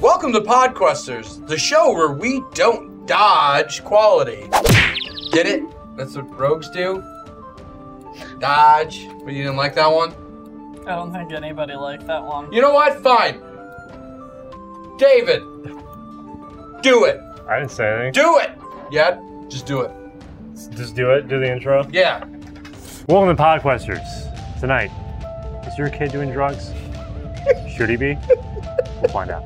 Welcome to Podquesters, the show where we don't dodge quality. Get it? That's what rogues do. Dodge. But you didn't like that one? I don't think anybody liked that one. You know what? Fine. David, do it. I didn't say anything. Do it. Yeah, just do it. Just do it. Do the intro. Yeah. Welcome to Podquesters. Tonight, is your kid doing drugs? Should he be? We'll find out.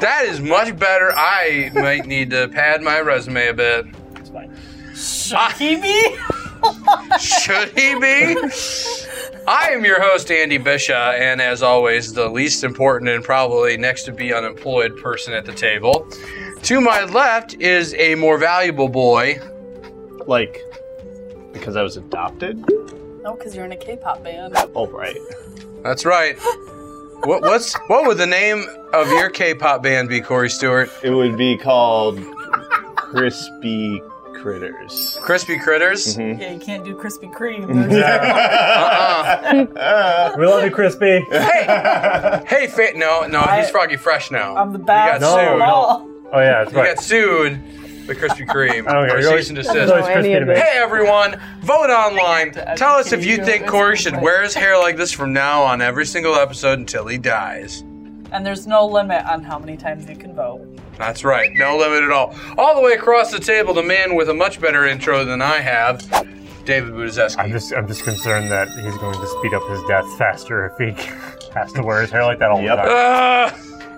That is much better. I might need to pad my resume a bit. It's fine. Chibi? Should he be? I am your host, Andy Bisha, and as always, the least important and probably next to be unemployed person at the table. To my left is a more valuable boy. like because I was adopted. no, because you're in a K-pop band. Mm-hmm. Oh right, That's right. What, what's what would the name of your K-pop band be, Corey Stewart? it would be called Crispy Critters. Crispy Critters. Mm-hmm. Mhm. Yeah, you can't do Krispy Kreme. Uh-uh. We love you, Crispy. Hey, fa- no, no, I- he's Froggy Fresh now. I'm the You got best. No, sued. no. Oh yeah, that's You right. got sued by Krispy Kreme. I don't care. for You're always- cease and It's desist. always Crispy to me. Hey everyone, vote online. to Tell us if educate you you think on Corey this should one. wear his hair like this from now on every single episode until he dies. And there's no limit on how many times you can vote. That's right, no limit at all. All the way across the table, the man with a much better intro than I have, David I'm Budizeski. just, I'm just concerned that he's going to speed up his death faster if he has to wear his hair like that all Yep. the Ah!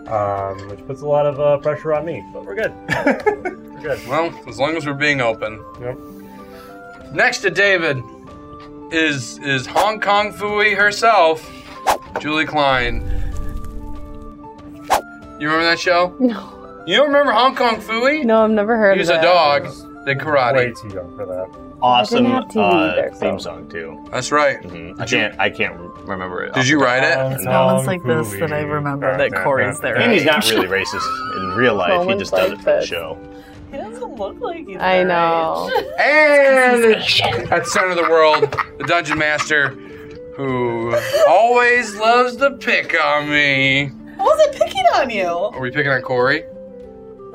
time, um, which puts a lot of uh, pressure on me. But we're good. we're good. well, as long as we're being open. Yep. Next to David is is Hong Kong Fooey herself, Julie Klein. You remember that show? No, You don't remember Hong Kong Fooey? no, I've never heard He was of a that. dog. Did karate. Way too young for that. Awesome have TV uh, either, so- theme song too. That's right. Mhm. I can't. I can't re- remember it. Did you write it? Hong It's moments Kong like this Fooey. that I remember that Corey's there. And he's not really racist in real life. He Moments just does like it for the this. show. He doesn't look like he's I know. And at Center of the World, the Dungeon Master, who always loves to pick on me. I wasn't picking on you. Are we picking on Corey?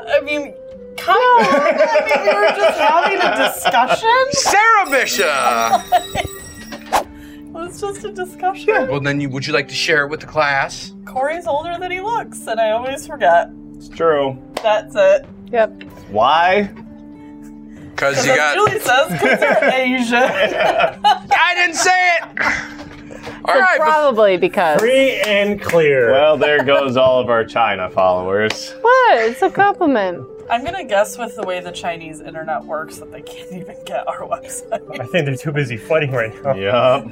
I mean, Kyle, I mean, we were just having a discussion. Sarah Bisha! It was just a discussion. well, then you, would you like to share it with the class? Corey's older than he looks, and I always forget. It's true. That's it. Yep. Why? Because you got. Julie says, because you're Asian. I didn't say it! All So right, bef- probably because. Free and clear. Well, there goes all of our China followers. What? It's a compliment. I'm gonna guess with the way the Chinese internet works that they can't even get our website. I think they're too busy fighting right now. Yup.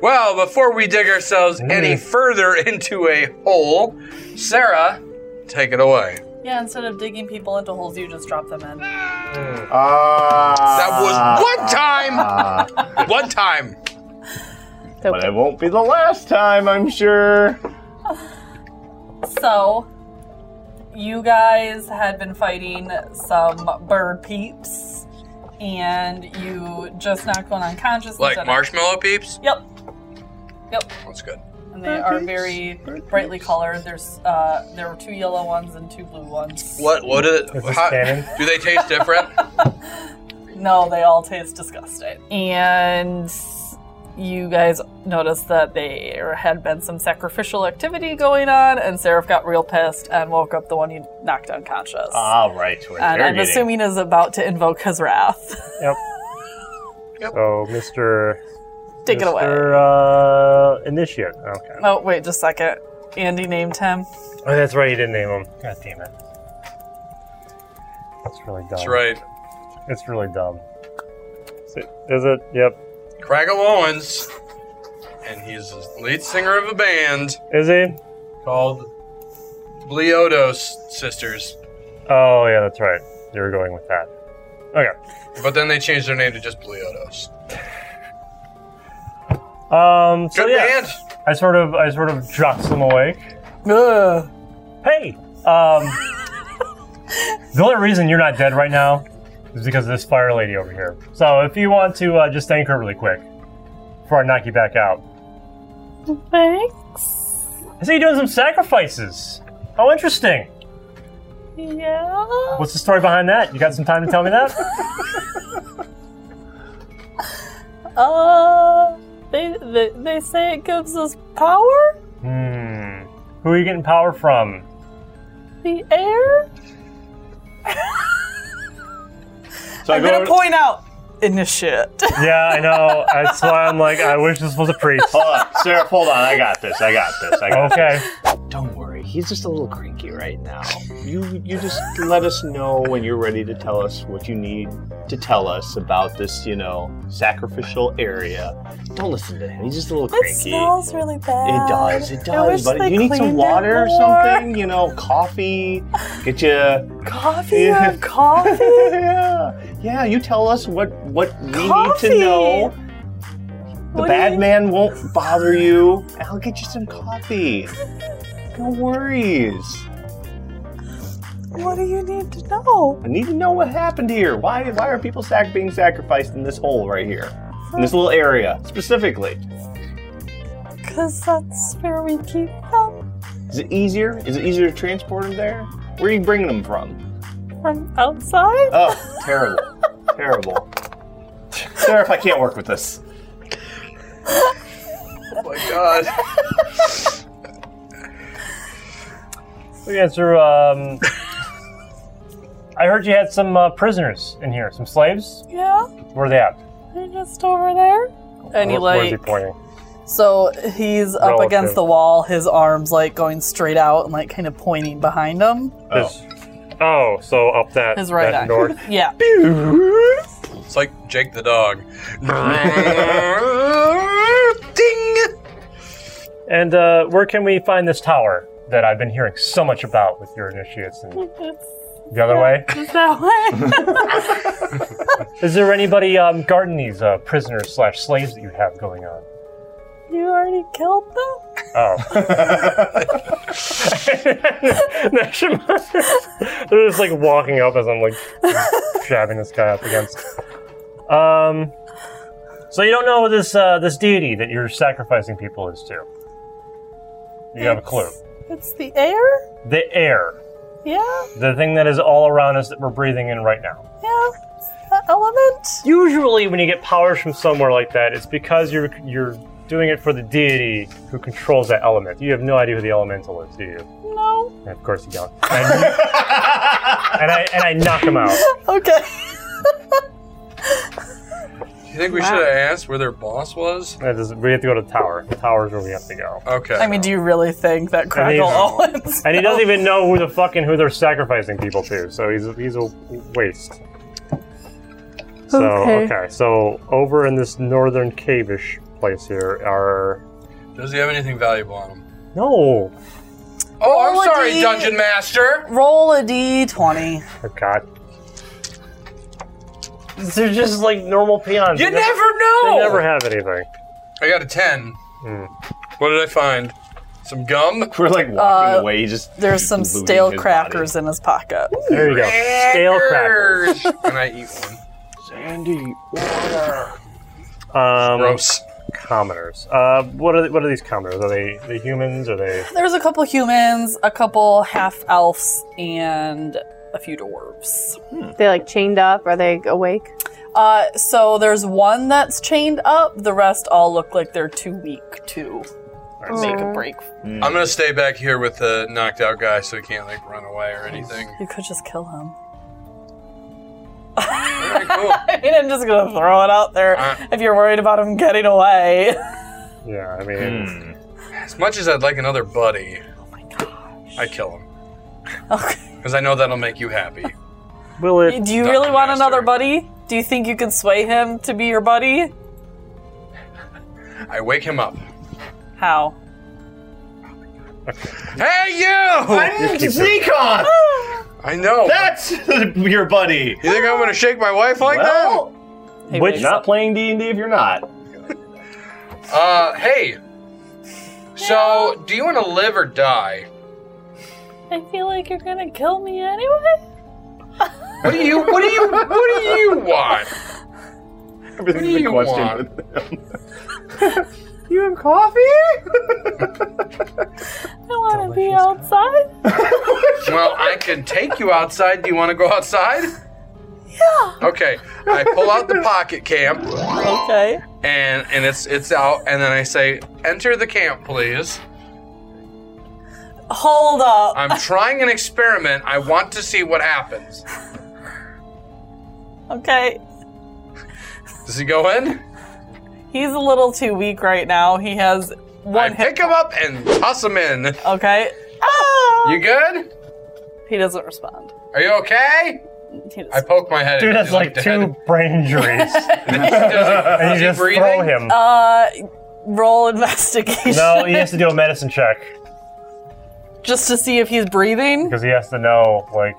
well, before we dig ourselves any Mm. further into a hole, Sarah, take it away. Yeah, instead of digging people into holes, you just drop them in. Ah. That was one time! One time! So But it won't be the last time, I'm sure. So, you guys had been fighting some bird peeps, and you just knocked one unconscious. Like instead of- marshmallow peeps? Yep. Yep. That's good. And they are very brightly colored. There's uh, there were two yellow ones and two blue ones. What? What? Is, Is this how- canon? do they taste different? No, they all taste disgusting. And you guys noticed that there had been some sacrificial activity going on, and Seraph got real pissed and woke up the one you knocked unconscious. All right, we're and I'm Ah, interrogating. assuming is about to invoke his wrath. Yep. So, Mr. Take it away. Mr. Uh, initiate. Okay. Oh, wait just a second. Andy named him. Oh, that's right. You didn't name him. God damn it. That's really dumb. That's right. It's really dumb. Is it? Is it? Yep. Craggle Owens, and he's the lead singer of a band Is he? called Bleodos Sisters. Oh, yeah. That's right. You were going with that. Okay. But then they changed their name to just Bleodos. Oh, Um. So Good yeah, band. I sort of, I sort of jocks him awake. Uh. Oh Hey. Um. the only reason you're not dead right now is because of this fire lady over here. So if you want to uh, just thank her really quick before I knock you back out. thanks. I see you doing some sacrifices. How interesting. Yeah. What's the story behind that? You got some time to tell me that? Uh, they, they they say it gives us power. Hmm. Who are you getting power from? The air. So I I'm gonna go. point out in this shit. Yeah, I know. That's why I'm like, I wish this was a priest. Hold on, Seraph, hold on. I got this. I got this. I got Okay. this. Don't worry. He's just a little cranky right now. You you just let us know when you're ready to tell us what you need to tell us about this, you know, sacrificial area. Don't listen to him. He's just a little it cranky. smells really bad. It does. It I wish does. they But you need cleaned some it water or more. something, you know, coffee. Get you Coffee. You Yeah. have coffee. yeah. yeah, you tell us what what we need Coffee. to know. The What do bad you- man won't bother you. I'll get you some coffee. No worries. What do you need to know? I need to know what happened here. Why why are people sac- being sacrificed in this hole right here? In this little area specifically. Cause that's where we keep them Is it easier? Is it easier to transport them there? Where are you bringing them from? from outside. Oh, terrible. terrible. Seraph, I can't work with this. Oh my god. We answer. Um, I heard you had some uh, prisoners in here, some slaves. Yeah, Where are they at? they're just over there. And he Where- where's he like pointing? So he's up Relative. against the wall, his arms like going straight out and like kind of pointing behind him. His- oh. so up that, His right that eye. north. Yeah. It's like Jake the dog. Ding! And uh, where can we find this tower that I've been hearing so much about with your initiates? And the other way, Just that way. is there anybody um, guarding these uh, prisoners slash slaves that you have going on? you already killed them? Oh. They're just like walking up as I'm like jabbing this guy up against. Um, so you don't know what this uh, this deity that you're sacrificing people is to. You have a clue. It's the air? The air, Yeah, the thing that is all around us that we're breathing in right now. yeah. It's the element. Usually, when you get powers from somewhere like that, it's because you're you're doing it for the deity who controls that element. You have no idea who the elemental is, do you? No. And of course you don't. And, and I and I knock him out. Okay. You think we should have asked where their boss was? That is- we have to go to the tower. The tower's where we have to go. Okay. I mean, do you really think that Crackle mean- Owens? And he doesn't even know who the fucking who they're sacrificing people to, so he's he's a waste. So Okay. okay, so over in this northern cave-ish place here are Does he have anything valuable on him? no Oh, I'm Oh, sorry, indeed. Dungeon Master. Roll a d20. oh god. They're just like normal peons. You They never They know. never have anything. I got a ten. What did I find? Some gum. We're like walking away. He just Uh, There's some looting stale his body. crackers in his pocket. There you go. Scale crackers. Crackers. and I eat one. Sandy. Um, Gross. Commoners. Uh, what are what are these commoners? Are they the humans? Are they There's a couple humans, a couple half elves, and a few dwarves. They like chained up. Are they awake? Uh, so there's one that's chained up. The rest all look like they're too weak to make a break. I'm gonna stay back here with the knocked out guy so he can't like run away or anything. You could just kill him. Alright, cool. I mean, I'm just gonna throw it out there. Uh. if you're worried about him getting away, yeah? I mean. Hmm. As much as I'd like another buddy, I kill him okay. because I know that'll make you happy. Will it? do you Dungeon really want Master. another buddy? Do you think you can sway him to be your buddy? I wake him up. How? Hey, you! Zekon! Oh! I know. That's your buddy. You think I'm gonna shake my wife like Well, Hey, Which- Riggs. not playing D and D if you're not. that? Uh, hey. So, do you want to live or die? I feel like you're gonna kill me anyway. What do you? What do you? What do you want? Everything's do a you question. want? with them. You have coffee? I want to be outside. well, I can take you outside. Do you want to go outside? Yeah. Okay. I pull out the pocket camp Okay. and and it's it's out and then I say, "Enter the camp, please." Hold up. I'm trying an experiment. I want to see what happens. Okay. Does he go in? He's a little too weak right now. He has I one hit. pick him up and toss him in. Okay. Ah! You good? He doesn't respond. Are you okay? He doesn't. I poke my head. Dude in. has He's like dead. two brain injuries, Does he, and is you he just breathing? throw him. Uh, roll investigation. no, he has to do a medicine check Just to see if he's breathing, because he has to know like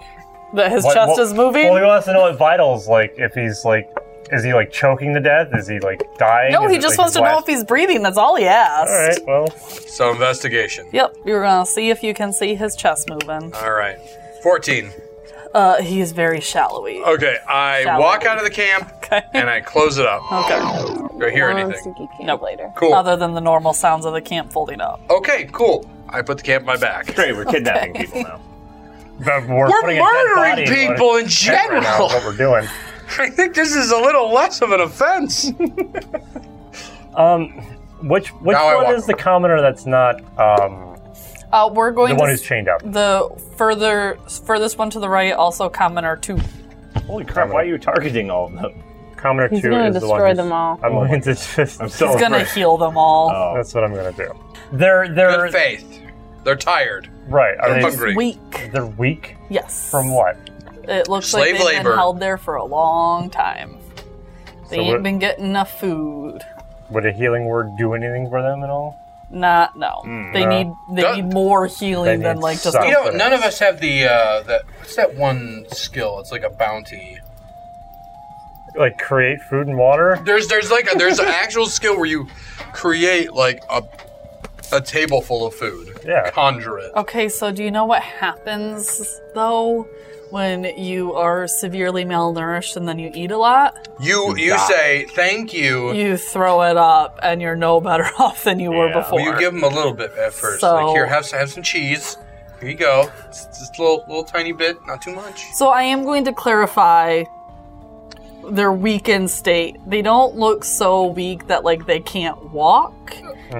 that his what- chest what- is moving. Well, he wants to know what vitals like if he's like, is he like choking to death? Is he like dying? no, Is he it, just like, wants to know if blast- he's breathing. That's all he asked. All right, well, So investigation. Yep, you're gonna see if you can see his chest moving. All right. 14. Uh, he is very shallowy. Okay, I Shall walk we? out of the camp Oh, Okay. and I close it up. okay. Do I hear Long anything? stinky camp Nope. later. Cool. Other than the normal sounds of the camp folding up. Okay, cool. I put the camp on my back. Great, we're kidnapping people now. but We're putting a dead body murdering in one people in tank right now general. is what we're doing. I think this is a little less of an offense. Um, which which Now I one walk is the commoner that's not um Uh, we're going the to one s- who's chained up? the further furthest one to the right, also commoner two. Holy crap, why are you targeting all of them? Commoner He's two gonna is the one. destroy who's- them all. I'm going to just. I'm so He's gonna afraid. heal them all. Oh. That's what I'm gonna do. They're they're Good faith. They're tired. right. Are They're they? hungry. Weak. They're weak Yes. from what? It looks Slave like they've labor. been held there for a long time. They So ain't what- been getting enough food. Would a healing word do anything for them at all? Nah, no. they Hmm, no. need they Duh. need more They healing than need like just some. You a, know, none of us have the uh that what's that one skill? It's like a bounty. Like create food and water. There's there's like a there's an actual skill where you create like a a table full of food. Yeah. Conjure it. Okay, so do you know what happens though when you are severely malnourished and then you eat a lot? You you die. say thank you. You throw it up and you're no better off than you were Yeah. before. Well, you give them a little bit at first. So- Like here, have some, have some cheese. Here you go. It's just a little little tiny bit, not too much. So I am going to clarify their weakened state. They don't look so weak that like they can't walk.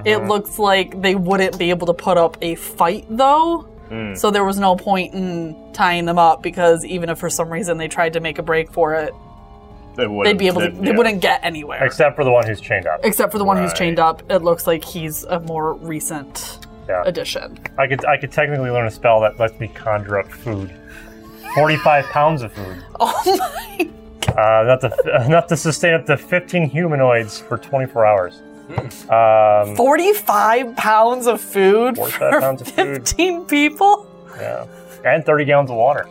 It Uh-huh. looks like they wouldn't be able to put up a fight though. Hmm. Mm. So there was no point in tying them up because even if for some reason they tried to make a break for it, They wouldn't. they'd be able to they yeah. wouldn't get anywhere. Except for the one who's chained up. Except for the one who's Right. chained up, it looks like he's a more recent Yeah. addition. I could I could technically learn a spell that lets me conjure up food. Forty-five pounds of food. Oh my! Uh, enough, to, enough to sustain up to 15 humanoids for 24 hours. Um, Forty-five pounds of food 45 for pounds of food. fifteen people. yeah. And 30 gallons of water.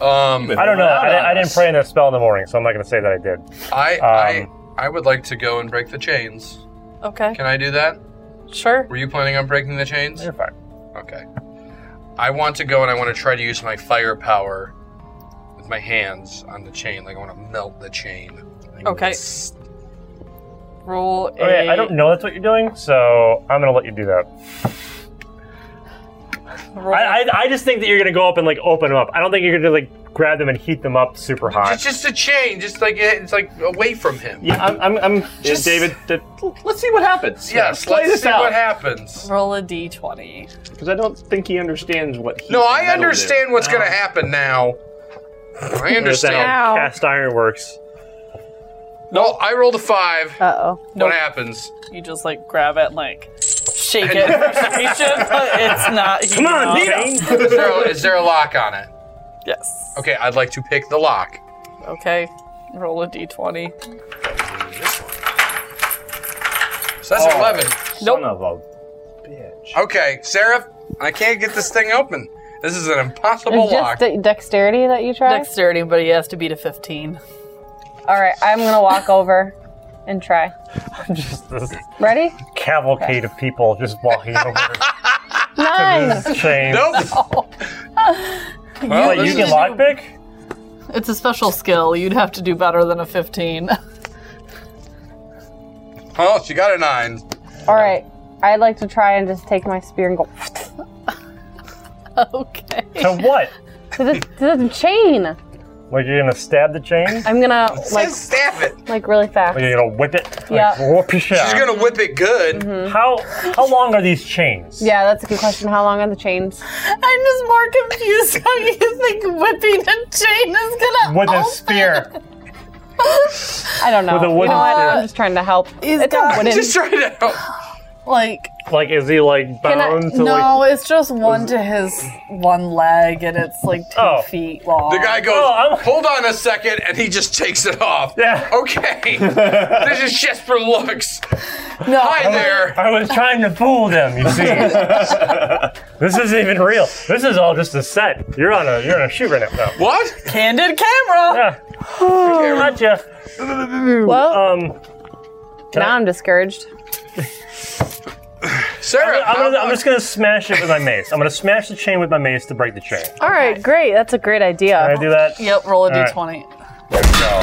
Um, I don't know. I, di- I Wow. didn't pray in that spell in the morning, so I'm not going to say that I did. I I Um, I would like to go and break the chains. Okay, Can I do that? sure. Were you planning on breaking the chains? You're fine. Okay. I want to go and I want to try to use my firepower with my hands on the chain. Like I want to melt the chain. Like, Okay. s- Roll a. Okay, Oh, I don't know that's what you're doing, so I'm going to let you do that. Roll, I, I, I just think that you're going to go up and like open them up. I don't think you're going to like grab them and heat them up super It's hot. just a chain, just like it's like away from him. Yeah, I'm, I'm, I'm Just, David, th- let's see what happens. Yes, play let's this see out. what happens. roll a d20. Because I don't think he understands what he. Ah. No, I understand what's Oh. going to happen now. I That's how understand. Ow. cast iron works. No, I rolled a five. Uh oh. What happens? You just like grab it and like shake it in frustration, but it's not. Come Is there, a, is there a lock on it? Yes. Okay, I'd like to pick the lock. Okay. Roll a d20. So that's Oh. 11. Son Nope. of a bitch. Okay, Seraph, I can't get this thing open. This is an impossible It's lock. just de- dexterity that you try. Dexterity, but he has to beat a 15. all right, I'm gonna walk over and try. just this Ready? cavalcade of people just walking over Nine. this chain. nope. Oh. well, Wait, you this can is- lockpick? It's a special skill. You'd have to do better than a 15. oh, she got a nine. All right. I'd like to try and just take my spear and go Okay. To what? to the, to the chain. Like you're gonna stab the chain? I'm gonna like Just stab it. like really fast. Like you're gonna whip it? Like, Yeah. Whoop your shit She's out. gonna whip it good. Mm-hmm. How how long are these chains? Yeah, that's a good question. How long are the chains? I'm just more confused how you think whipping a chain is gonna. With a open. spear. I don't know. With a wooden you know what? spear. I'm just trying to help. He's it's got- a wooden. Just try to help. Like Like is he like I- bound to no, like it's just one to his one leg, and it's like two Oh. feet long. The guy goes, Oh, I'm- hold on a second, and he just takes it off. Yeah. Okay. this is just for looks. no, Hi there. I was trying to fool them, you see. this isn't even real. This is all just a set. You're on a you're on a shoot right now. No. What? candid camera. Yeah. Gotcha. well, Um can now I- I'm discouraged. Sarah, I'm, gonna, how I'm just gonna smash it with my mace. I'm gonna smash the chain with my mace to break the chain. All right, great. That's a great Can idea. I do that? Yep, roll a All right. d20. There we go.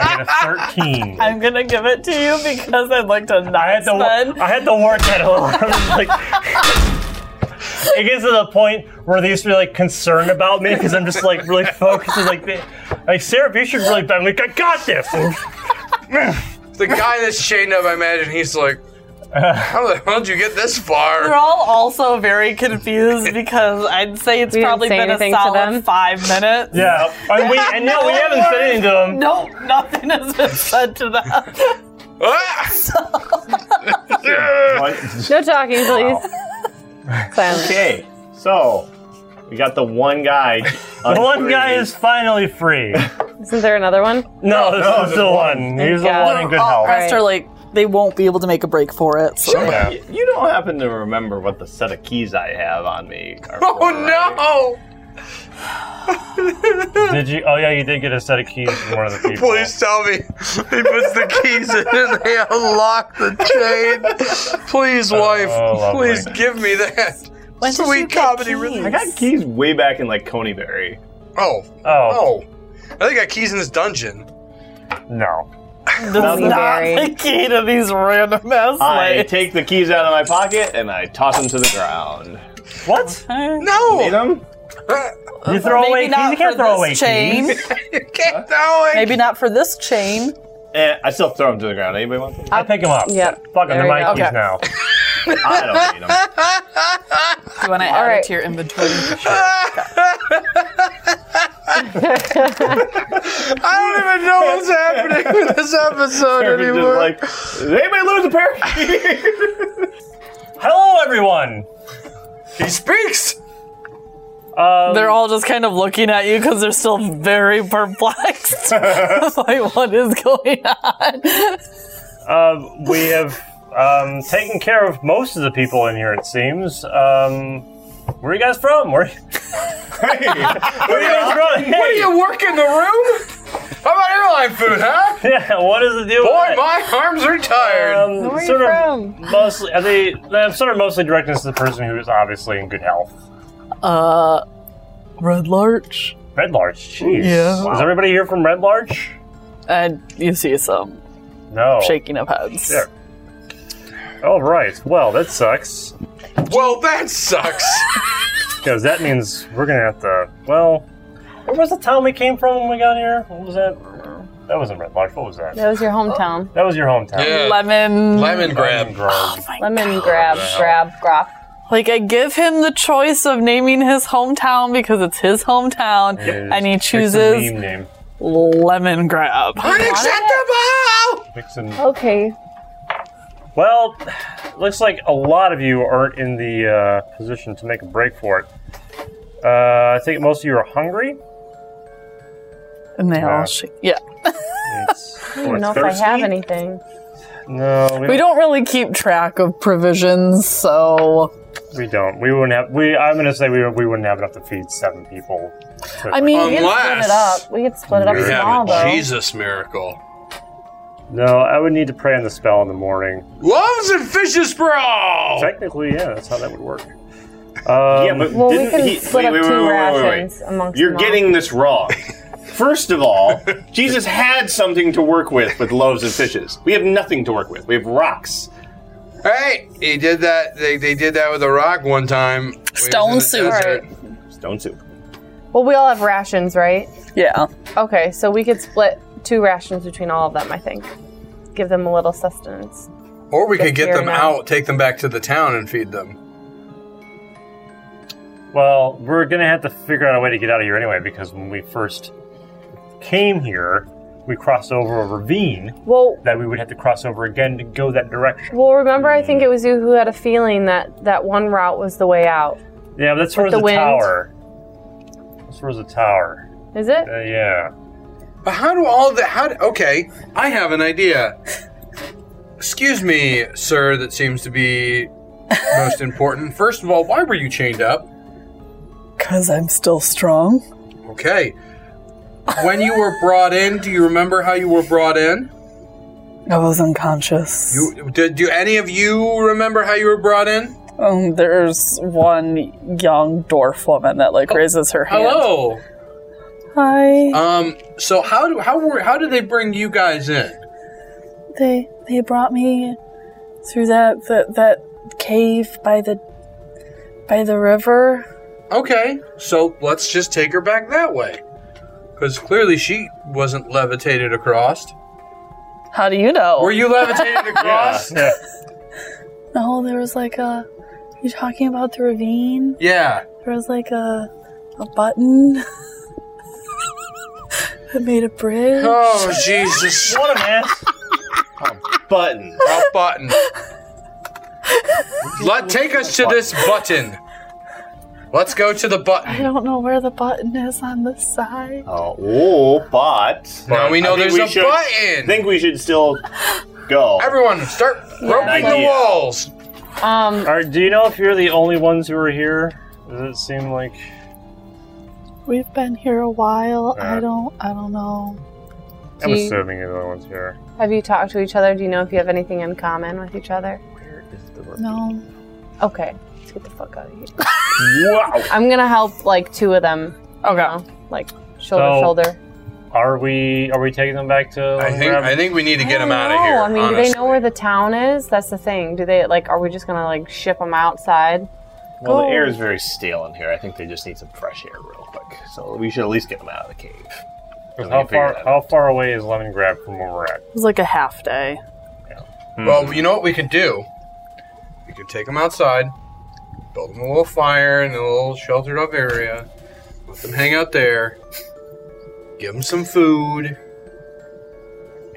I got a 13. I'm gonna give it to you because I'd like to I had not to. spend. I had to work at home. I was like, it gets to the point where they used to be like concerned about me because I'm just like really focused. And, like, they, like Sarah, you should really. I'm like, I got this. the guy that's chained up, I imagine he's like, Uh. how the hell did you get this We're far? all also very confused because I'd say it's didn't probably say been a anything to solid them? five minutes. Yeah, and we and no, we haven't said anything to them. No, nothing has been said to them. Ah! What? No talking, please. Silence. okay, so we got the one guy. Uh, The one guy is finally free. Isn't there another one? No, this is the one. He's the Yeah. one in good all health. rest are like they won't be able to make a break for it. so- Yeah. You don't happen to remember what the set of keys I have on me? are for, right? Oh Did you? Oh yeah, you did get a set of keys from one of the no! people. Please tell me he puts the keys in and they unlock the chain. Please, wife. Oh, lovely. please give me that. When did you Sweet get comedy keys? relief. I got keys way back in like Coneyberry. Oh, Oh oh! I think I got keys in this dungeon. no. This is not Blueberry. the key to these random ass I lights. take the keys out of my pocket and I toss them to the ground. What? Need No, Uh, them? You throw Maybe away keys? not You can't for throw this away chain. keys. you can't throw it. Maybe not for this chain. Eh, I still throw them to the ground. Anybody want them? I pick them up. Yeah. Fuck them, There they're you my go. keys Okay. now. I don't need them. You want to add it right. to your inventory? I don't even know what's happening in this episode Everyone's anymore. just like, "Does anybody lose a pair of keys? Hello, everyone. he speaks. Um, They're all just kind of looking at you because they're still very perplexed. like, what is going on? uh, we have um, taken care of most of the people in here, it seems. Um, where are you guys from? Where, where are you guys from? Hey. What do you work in the room? How about airline food, huh? yeah, what is the deal Boy, with that? my arms are tired. Um, Where are you sort of from? mostly, are they, I'm sort of mostly directing this to the person who is obviously in good health. Uh, Red Larch. Red Larch, jeez. Yeah. Is everybody here from Red Larch? And you see some No. shaking of heads. There. All right. Well, that sucks. well, that sucks. Because that means we're gonna have to. Well, where was the town we came from when we got here? What was that? That wasn't Red Lodge. What was that? That was your hometown. That was your hometown. Lemon. Lemon grab. Oh, Grove. Lemon grab, hell. grab, grab. Like I give him the choice of naming his hometown because it's his hometown, Yep. and he Pick some chooses meme name. lemon grab. Unacceptable. Pick some- Okay. Well, looks like a lot of you aren't in the uh, position to make a break for it. Uh, I think most of you are hungry. And they Yeah. all shake. Yeah, It's, I don't know if I have anything. No, we, we don't. don't really keep track of provisions, so We don't. We wouldn't have. We. I'm gonna say we, we wouldn't have enough to feed seven people. I mean, We could split it Unless up. Uh, We could split it up We we small, have a though. Jesus miracle. No, I would need to pray on the spell in the morning. Loaves and fishes brawl. Technically, yeah, that's how that would work. Um, yeah, but Well, we didn't can he- split wait, up wait, wait, two wait, wait, wait. rations amongst You're them all. getting this wrong. First of all, Jesus had something to work with with loaves and fishes. We have nothing to work with. We have rocks. All right, he did that. They, they did that with a rock one time. when he was Stone in the soup. desert. Stone soup. Well, we all have rations, right? Yeah. Okay, so we could split two rations between all of them, I think. Give them a little sustenance. Or we could That's get fair them enough. out, take them back to the town, and feed them. Well, we're gonna have to figure out a way to get out of here anyway, because when we first came here, we crossed over a ravine Well, that we would have to cross over again to go that direction. well, remember, I think it was you who had a feeling that that one route was the way out. Yeah, but that's towards the the, wind? tower. That's towards the tower. Is it? Uh, yeah. But how do all the how? Do, okay, I have an idea. Excuse me, sir. That seems to be most important. First of all, why were you chained up? Because I'm still strong. Okay. When you were brought in, do you remember how you were brought in? I was unconscious. You did? Do any of you remember how you were brought in? Um, there's one young dwarf woman that like raises her hand. Hello. Hi. Um. So how do how were how did they bring you guys in? they they brought me through that that, that cave by the by the river. Okay, so let's just take her back that way. Because clearly she wasn't levitated across. How do you know? Were you levitated across? Yeah. no, there was like a you talking about the ravine? yeah. There was like a a button that made a bridge. Oh, Jesus. What a mess. Button. A button. Let take us to this button. Let's go to the I button. don't know where the button is on this side. Oh, oh, but. Now we know I think there's we a should- I button. think we should still go. Everyone, start groping the Idea. walls. Um, All right, do you know if you're the only ones who are here? Does it seem like We've been here a while. Yeah. I don't I don't know. I'm Do you- assuming you're the only ones here? have you talked to each other? Do you know if you have anything in common with each other? Where is the room? No. Okay, let's get the fuck out of here. Wow. I'm gonna help like two of them. you know, like shoulder So- shoulder. Are we are we taking them back to? I think I think we need to get I them don't out of know. here. I mean, do honestly. they know where the town is? That's the thing. Do they like? Are we just gonna like ship them outside? Well, Oh. Go. the air is very stale in here. I think they just need some fresh air real quick. So we should at least get them out of the cave. And we how can figure far that out. how far away is Lemon Grab from where we're at? It was like a half day. Well, you know what we could do? We could take them outside, build them a little fire in a little sheltered up area, let them hang out there, give them some food,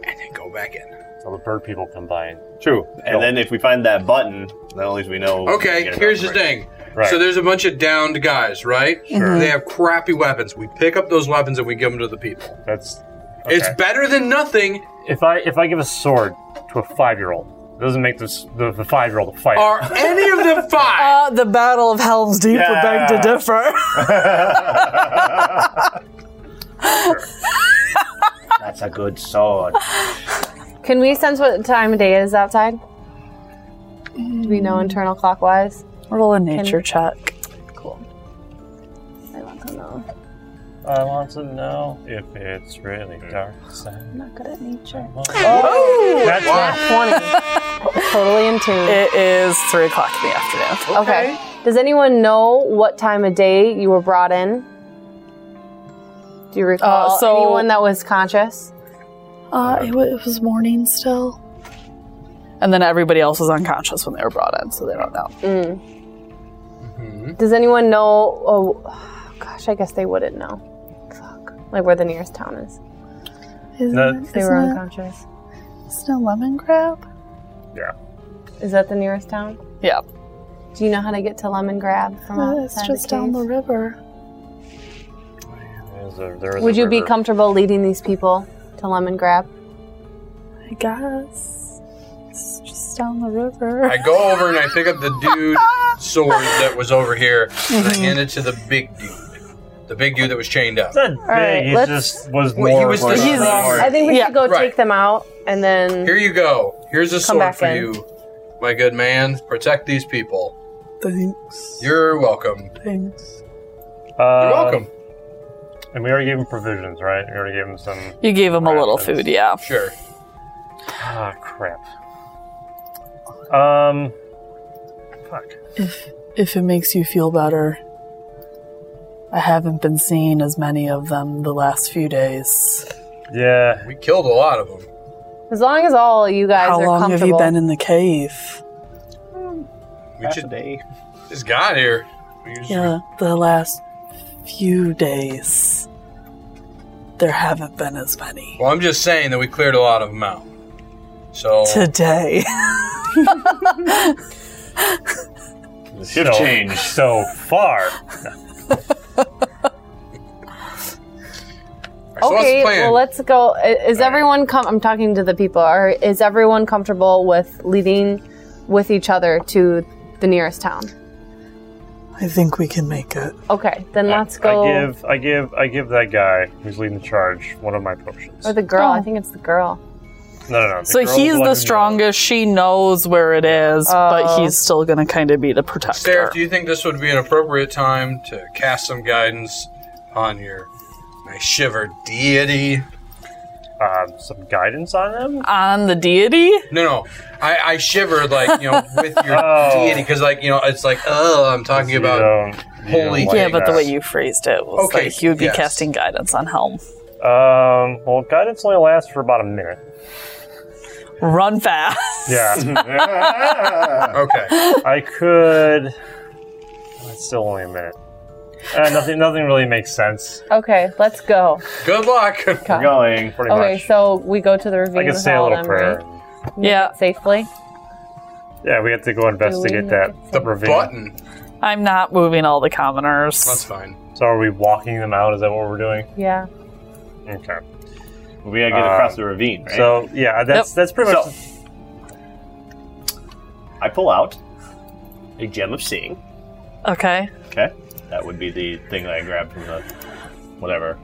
and then go back in. So the bird people come by. And, True. And then if we find that button, then at least we know. we can Okay, get it here's out the of thing. right. So there's a bunch of downed guys, right? Sure. They have crappy weapons. We pick up those weapons and we give them to the people. That's It's better than nothing. if I if I give a sword to a five year old, it doesn't make this, the the five year old a fighter. Are any of them five? Uh, the Battle of Helm's Deep would beg to Yeah. differ. That's a good sword. Can we sense what time of day it is outside? Do we know internal clockwise? Roll a nature check. Cool. I want to know. I want to know if it's really dark. I'm not good at nature. Oh, that's not- Twenty. totally in tune. It is three o'clock in the afternoon. Okay. Does anyone know what time of day you were brought in? Do you recall Uh, so- anyone that was conscious? Uh, it, wa- it was morning still. And then everybody else was unconscious when they were brought in, so they don't know. Does anyone know? Oh, gosh, I guess they wouldn't know. Fuck. Like where the nearest town is. Isn't, No. it, They isn't, were it, unconscious. isn't it lemon crab? Is that the nearest town? Yeah. Do you know how to get to Lemon Grab from No, outside Uh, it's the just down cave? the river. There's a- there is a Would you be river. comfortable leading these people to Lemon Grab? I guess. It's just down the river. I go over and I pick up the dude sword that was over here and I hand it to the big dude. The big dude that was chained up. It's not big. right, it let's- just was Well, he more. was of a- the- He's- I think we Yeah, should go right. take them out and then. Here you go. Here's a Come sword back for in. you, my good man. Protect these people. Thanks. You're welcome. Thanks. Uh, You're welcome. And we already gave him provisions, right? We already gave him some. You gave him a little Rations. food, yeah. Sure. Ah, crap. Um, fuck. If it makes you feel better, I haven't been seeing as many of them the last few days. Yeah. We killed a lot of them. As long as all you guys How are long have you comfortable. been in the cave? We Half a just, day. just got here. We just- Yeah, the last few days. There haven't been as many. Well, I'm just saying that we cleared a lot of them out. So Today. The so, shift changed. So far. so what's okay, the well plan? let's go. I- Is everyone com- I'm talking to the people. Are is everyone comfortable with leading with each other to the nearest town? I think we can make it. Okay, then let's I- go. I give, I give, I give that guy who's leading the charge one of my potions. or the girl. Oh. I think it's the girl. no, no, no. the So girl's he's one who the knows. strongest. She knows where it is, but Oh. he's still going to kind of be the protector. Seraph, do you think this would be an appropriate time to cast some guidance on your my shiver deity? Um, some guidance on him. On the deity? No, no. I, I shivered like you know with your Oh. deity because like you know it's like oh I'm talking You about don't- you holy- don't yeah, like but the that. way you phrased it was Okay, like he would be yes. casting guidance on Helm. Um, well, guidance only lasts for about a minute. Run fast. Yeah. okay. I could. It's still only a minute. Uh, nothing, nothing really makes sense. Okay, let's go. Good luck. Okay. Going. Pretty Okay, much. so we go to the ravine. I could with say a all of little prayer. them, right? yeah, Safely. Yeah, we have to go investigate that make it the safe? ravine. Button. I'm not moving all the commoners. That's fine. So, are we walking them out? Is that what we're doing? Yeah. Okay. We gotta get Uh, across the ravine, right? So, yeah, that's that's pretty much. So, I pull out a gem of seeing. okay. Okay, that would be the thing that I grabbed from the whatever,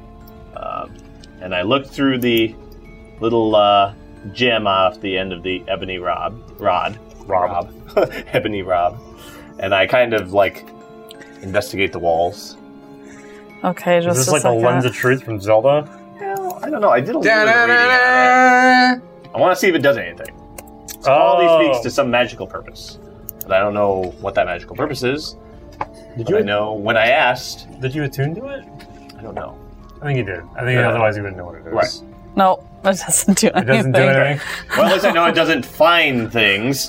um, and I look through the little uh, gem off the end of the ebony rob rod Rob. Rob. ebony rob, and I kind of like investigate the walls. Okay, just is this a like the second. lens of truth from Zelda? Well, I don't know. I did a little bit of reading on it. Da-da-da-da. I want to see if it does anything. All Oh. these speaks to some magical purpose, but I don't know what that magical purpose is. Did But I you know when I asked, did you attune to it? I don't know. I think you did. I think Yeah. otherwise you wouldn't know what it is. Right. No, it doesn't do It anything. doesn't do anything. Well, at least I know it doesn't find things.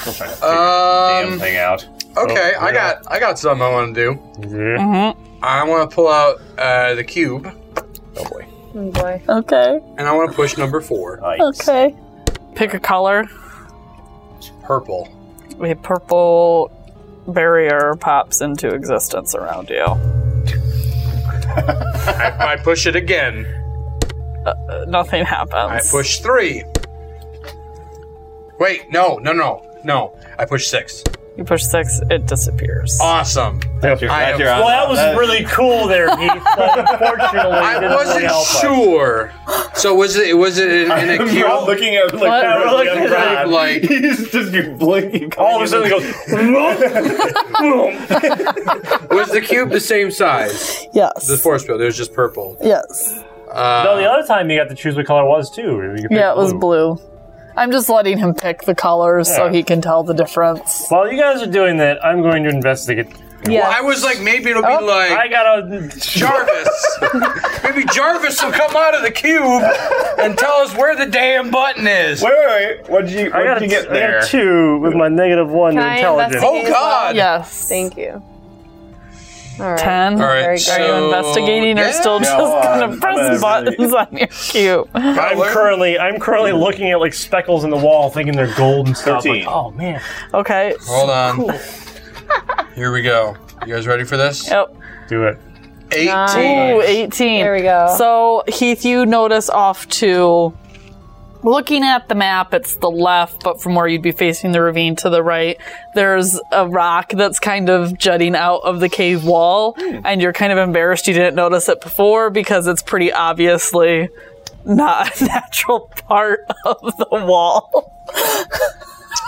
Still trying to figure the damn Um. thing out. Okay, Oh, I yeah. got I got something I want to do. Yeah. Mm-hmm. I want to pull out uh, the cube Oh boy. Oh boy. Okay. and I want to push number four, Yikes. Pick a color. purple. A purple barrier pops into existence around you. I, I push it again. Uh, Nothing I happens. push three. Wait, no, no, no, no. I push six. You push six, it disappears. Oh, Awesome. You're- I you're am- on- Well, that was that- really cool there, Heath. but Unfortunately, it I didn't really wasn't help us. sure. So was it was it in, in a I'm cube? not looking at like, What? that We're looking really at that, bad. like- he's just you're blinking. All of a sudden, it goes. "Vroom." Was the cube the same size? Yes. The force field. It was just purple. yes. Uh, no, the other time you got to choose what color it was too. You could Yeah, it pick was blue. I'm just letting him pick the colors so Yeah. he can tell the difference. While you guys are doing that, I'm going to investigate. well, I was like, maybe it'll be Oh, like I gotta. Jarvis. maybe Jarvis will come out of the cube and tell us where the damn button is. Wait, wait, wait. What did you? I What got did you get there? two with my negative one Can I intelligence. investigate? oh God. Yes. Thank you. All right. Ten. All right, Very good. Are so- you investigating Yeah, or still just no, gonna I'm- press I'm gonna- buttons on your cube? I'm Tyler? currently I'm currently looking at like speckles in the wall, thinking they're gold and stuff. Like, 13. oh man, Okay. Hold on. Here we go. You guys ready for this? Yep. do it. 18. Ooh, 18. There we go. So, Heath, you notice off to looking at the map, it's the left, but from where you'd be facing the ravine to the right, there's a rock that's kind of jutting out of the cave wall, Hmm. and you're kind of embarrassed you didn't notice it before because it's pretty obviously not a natural part of the wall.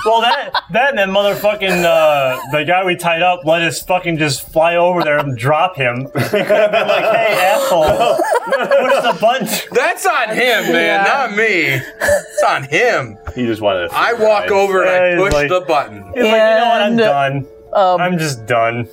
Well, that that and then motherfucking uh, the guy we tied up let us fucking just fly over there and drop him. He could have been like, "Hey, asshole, push the button." That's on him, man, not me. It's on him. He just wanted. To I walk over and Yeah, I he's push like- the button. He's like, "You know what? I'm And, um, done. I'm just done."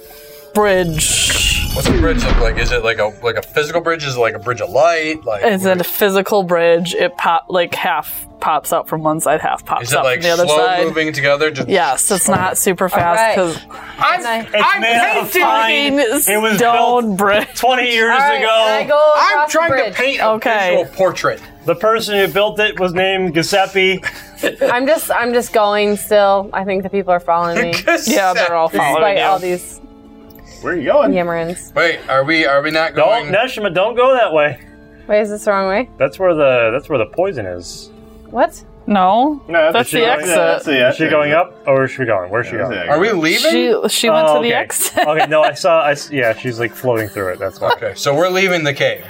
Bridge. What's the bridge look like? Is it like a like a physical bridge? Is it like a bridge of light? Like It's a physical bridge. It pop like half pops out from one side, half pops is it out like from the other slow side. moving together? Just Yes, it's not super fast right. because I'm, It's I'm made of painting. pine. It was built stone bridge. twenty years All right, ago. I go I'm across the trying to bridge. paint a Okay. visual portrait. The person who built it was named Giuseppe. I'm just I'm just going still. I think the people are following me. yeah, they're all following Despite all these Where are you going? yammerins. Wait, are we are we not Don't going? Neshima, don't go that way. Wait, is this the wrong way? That's where the that's where the poison is. What? No, No, That's she the going- exit. the Is she going up or is she going? Where's she That's going? the Are we exit. leaving? she she went Oh, to the okay. exit. okay, no, I saw. I s- yeah, she's like floating through it. That's why. Okay, so we're leaving the cave.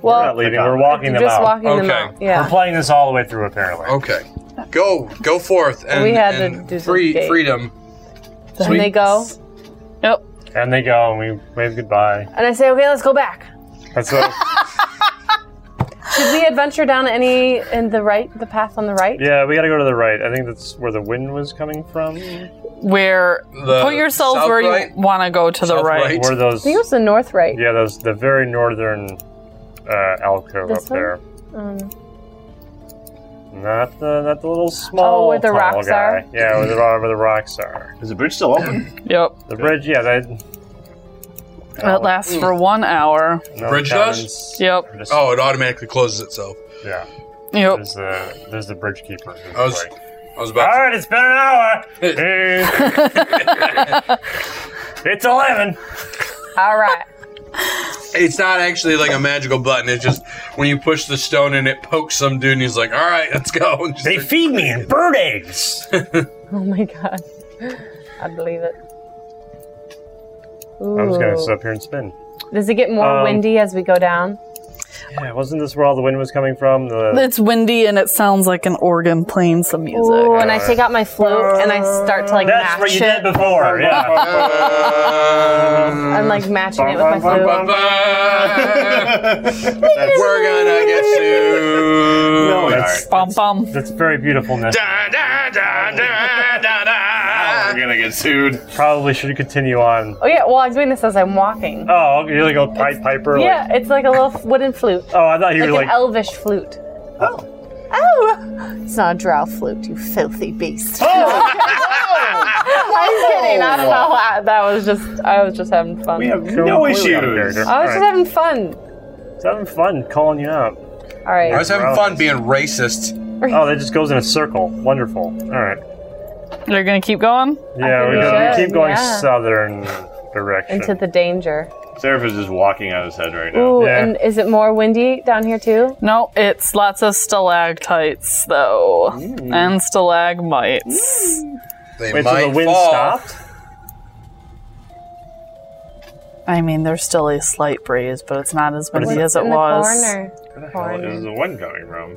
We're not Well, leaving. We're walking them just out. walking them Okay. out. We're Yeah. playing this all the way through, apparently. Okay, go go forth and, We had to and do the free gate. freedom. And they go, Yep. And they go, and we wave goodbye. and I say, okay, let's go back. That's what, Did we adventure down any in the right, the path on the right? yeah, we got to go to the right. I think that's where the wind was coming from. Where The put yourselves south where right? you want to go to the South right. right? Where those? I think it was the north right. Yeah, those the very northern uh, alcove This up one? there. Um, Not the not the little small. where the tall rocks guy. are? Yeah, where the, where the rocks are. Is the bridge still open? Yep. The bridge. Yeah, that. That lasts for one hour. no Bridge cabins. Yep. Just- Oh, it automatically closes itself. yeah. Yep. There's the there's the bridge keeper. who's I was like, I was All about. right, it's been an hour. Eh. it's eleven. all right. To, it's not actually like a magical button. It's just when you push the stone and it pokes some dude, and he's like, "All right, let's go." And just They like- feed me in bird eggs. Oh my god, I believe it. Ooh. I was gonna sit up here and spin. Does it get more Um, windy as we go down? Yeah, wasn't this where all the wind was coming from? The It's windy and it sounds like an organ playing some music. Ooh, and I take out my flute and I start to like uh, that's what match you it. Oh, did before. Yeah. "Uh, I'm like matching it with my flute. Bye. We're gonna get sued. Oh, No, we That's- Bum aren't. bum. That's very beautiful. Nick. Da, da, da, da, da, da. We're gonna get sued. Probably should continue on. Oh yeah, well I'm doing this as I'm walking. Oh, you're like a Pied Piper. like- yeah, it's like a little f- wooden flute, oh, I thought you like, were like. an elvish flute. Oh. Oh! It's not a drow flute, you filthy beast. Oh, I'm kidding. I don't know. I, that was just I was just having fun. We have no Completely out of issues. character. I was All just right. having fun. It's having fun calling you out. All right. I was having fun being racist. Oh, that just goes in a circle. Wonderful. All right. You're gonna keep going. Yeah, think we, we go, we should, keep going yeah. southern direction. into the danger. Seraph is just walking on his head right now. Ooh, Yeah. and is it more windy down here too? No, it's lots of stalactites though, and stalagmites. They Wait, might so the wind fall. stopped? I mean, there's still a slight breeze, but it's not as windy as it in the was. corner? Where the hell is the wind coming from?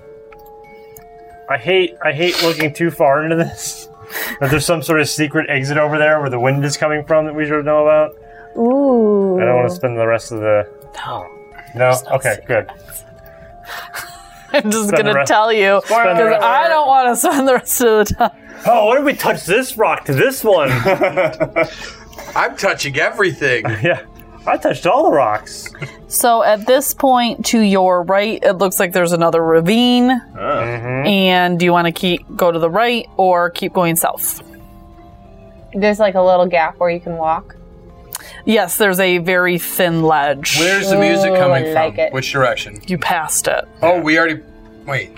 I hate I hate looking too far into this. That there's some sort of secret exit over there where the wind is coming from that we should know about. Ooh. I don't want to spend the rest of the. No. No. Okay. Good. I'm just Spend the gonna rest- tell you spend the because rest- I don't want to spend the rest of the time. Oh, what if we touch this rock to this one? I'm touching everything. yeah. I touched all the rocks. So at this point, to your right, it looks like there's another ravine. Ah. Mm-hmm. And do you want to keep go to the right or keep going south? There's like a little gap where you can walk. Yes, there's a very thin ledge. Where's the music Ooh, coming I from? like it. Which direction? you passed it? Oh, we already. Wait.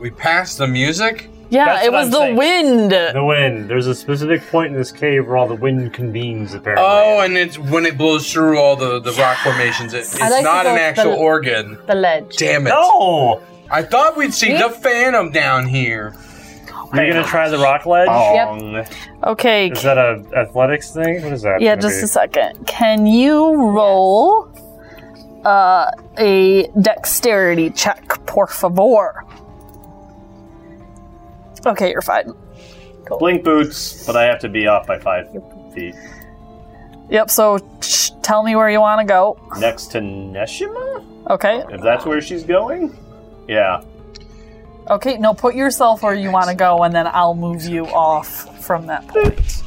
We passed the music? Yeah, That's it what was I'm the saying. wind. The wind. There's a specific point in this cave where all the wind convenes, apparently. Oh, and it's when it blows through all the, the rock formations. It, it's I like to not go an to actual the- organ. The ledge. Damn it. No! I thought we'd see the phantom down here. You're gonna try the rock ledge? Oh. Bong. Okay. Is that a athletics thing? What is that? Yeah, gonna just be? a second. Can you roll uh, a dexterity check, por favor? Okay, you're fine. Blink boots, but I have to be off by five feet. Yep, so sh- tell me where you want to go. Next to Neshima? Okay. If that's Ah. where she's going? Yeah. Okay, no, put yourself where you want to go, and then I'll move you off from that point.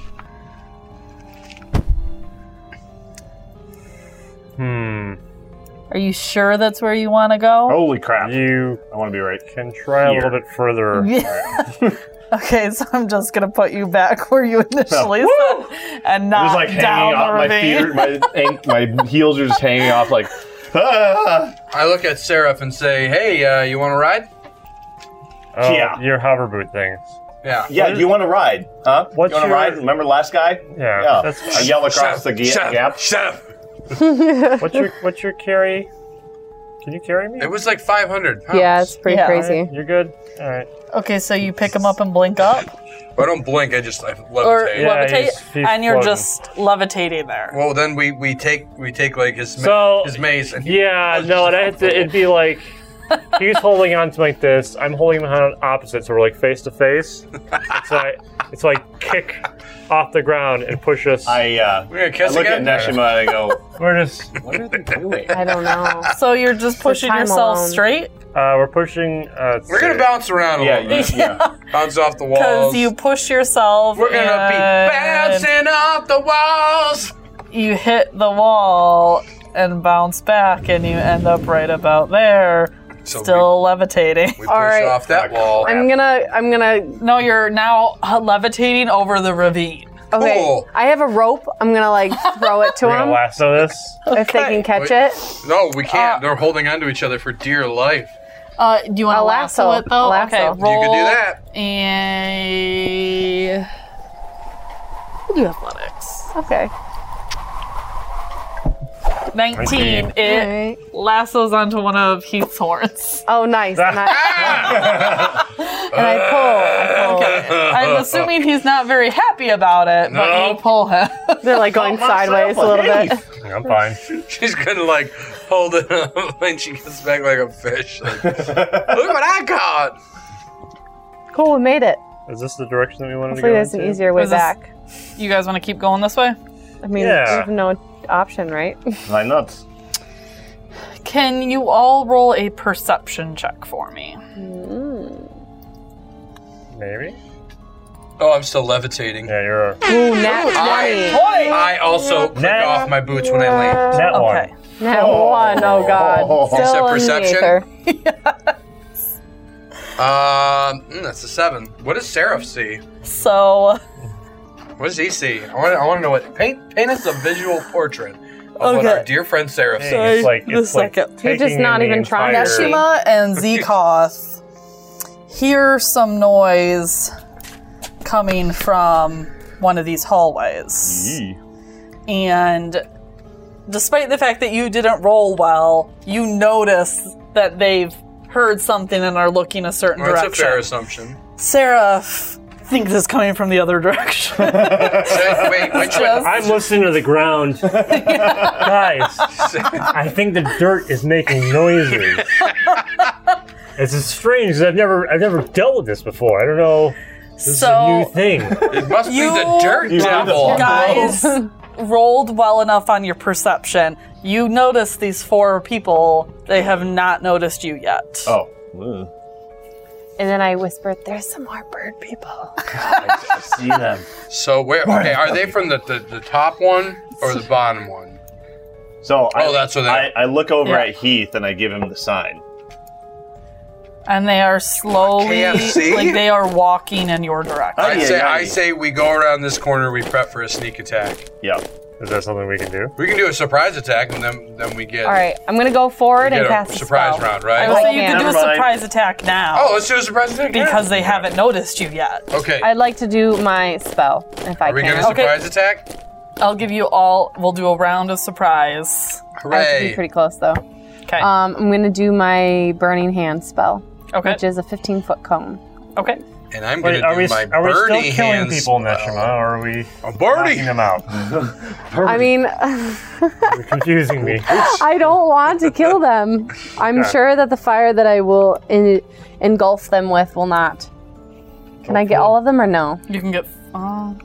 Hmm. Are you sure that's where you want to go? Holy crap. You I want to be right. can try a little bit further. okay, so I'm just going to put you back where you initially said and It not was like down hanging the off my feet. ravine. are- My, ank- my heels are just hanging off like, ah! I look at Seraph and say, "Hey, uh, you want to ride?" Oh, Yeah. Your hover boot things. Yeah. Yeah, do you want to ride? Huh? What's you want to your- ride? Remember last guy? Yeah. Yeah. I That's, yell across the ga- Shut up, gap. Shut up. what's your what's your carry? Can you carry me? It was like 500 pounds. Yeah, it's pretty Yeah. crazy. Alright, You're good. All right. Okay, so you pick him up and blink up, I don't blink. I just I levitate. or Yeah, levitate, he's- he's and you're floating. just levitating there. Well, then we we take we take like his ma- So- his mace and Yeah. No, that it'd be like he's holding on to like this. I'm holding on opposite, so we're like face to face. It's like it's like kick off the ground and push us. I, uh, we're gonna I kiss look at again. Neshima and I go, we're just What are they doing? I don't know. So you're just pushing time yourself alone. straight uh, we're pushing. Uh, let's We're see. gonna bounce around a yeah, little bit. yeah, yeah. Bounce off the because walls. you push yourself. we're gonna be and bouncing off the walls. You hit the wall and bounce back, and you end up right about there, So still levitating. we, we push All right. off that wall. I'm gonna. I'm gonna. No, you're now uh, levitating over the ravine. Okay. Cool. I have a rope. I'm gonna like throw it to We're gonna them lasso this. if they can catch Wait. it. No, we can't. They're holding onto each other for dear life. Uh, do you want A to lasso. lasso, it though? A lasso. You Okay, could You roll could do that. and we'll do athletics. Okay. Nineteen. It Alright. lassos onto one of Heath's horns. Oh, nice. and I, and I pull. I I'm assuming he's not very happy about it, but No. you pull him. pull. They're like going sideways a little bit. I'm fine. She's gonna like hold it up and she gets back like a fish. Like, Look what I caught. Cool, we made it. Is this the direction that we wanted Hopefully, to go? there's an into? easier way Was this- back. you guys want to keep going this way? I mean, Yeah. we have no option, right? Why not? Can you all roll a perception check for me? Maybe. Oh, I'm still levitating. Yeah, you're a Ooh, nat I, I also click Nah. off my boots when I land. net Okay. one. one. Nat one. Oh Oh. god. Still Is that in perception? the ether. Um, mm, that's a seven. What does Seraph see? So What does he see? I want. I want to know what. Paint. Paint us a visual portrait of what our Okay. dear friend Seraph Dang, sees. it's like the it's like second- You're just taking not in the even trying. entire- That's- Neshima and Zekoth hear some noise coming from one of these hallways. And despite the fact that you didn't roll well, you notice that they've heard something and are looking a certain Well, that's a direction. fair assumption. Seraph thinks it's coming from the other direction. So, wait, which one? I'm listening to the ground, guys. I think the dirt is making noises. This is strange. 'cause I've never I've never dealt with this before. I don't know. This is a new so thing. It must You- be the dirt You found devil. us. guys rolled well enough on your perception. You notice these four people. They have not noticed you yet. Oh. And then I whispered, "There's some more bird people." I see them. So where? Okay, are they from the, the, the top one or the bottom one? So I, Oh, that's what they- I, I look over Yeah. at Heath and I give him the sign. And they are slowly, KFC? like they are walking in your direction. Aye, I say. aye, aye. I say we go around this corner. We prep for a sneak attack. Yeah. Is that something we can do? We can do a surprise attack, and then then we get. All right, I'm gonna go forward We get and a cast a surprise spell. round, I right? would like say you it. can do a Never mind. surprise attack now Oh, let's do a surprise attack now. because they haven't noticed you yet. Okay. I'd like to do my spell if I Are we can. gonna Okay. surprise attack? I'll give you all. We'll do a round of surprise. I have to be Hooray! pretty close though. Okay. Um, I'm gonna do my burning hand spell, okay. which is a 15 foot cone. okay. And I'm gonna Wait, are do we my are we still birdie killing hands. people, Neshima, or are we A knocking birdie. them out? I mean, You're confusing me. I don't want to kill them. I'm sure that the fire that I will en- engulf them with will not Can I get all of them or no? You can get. Uh,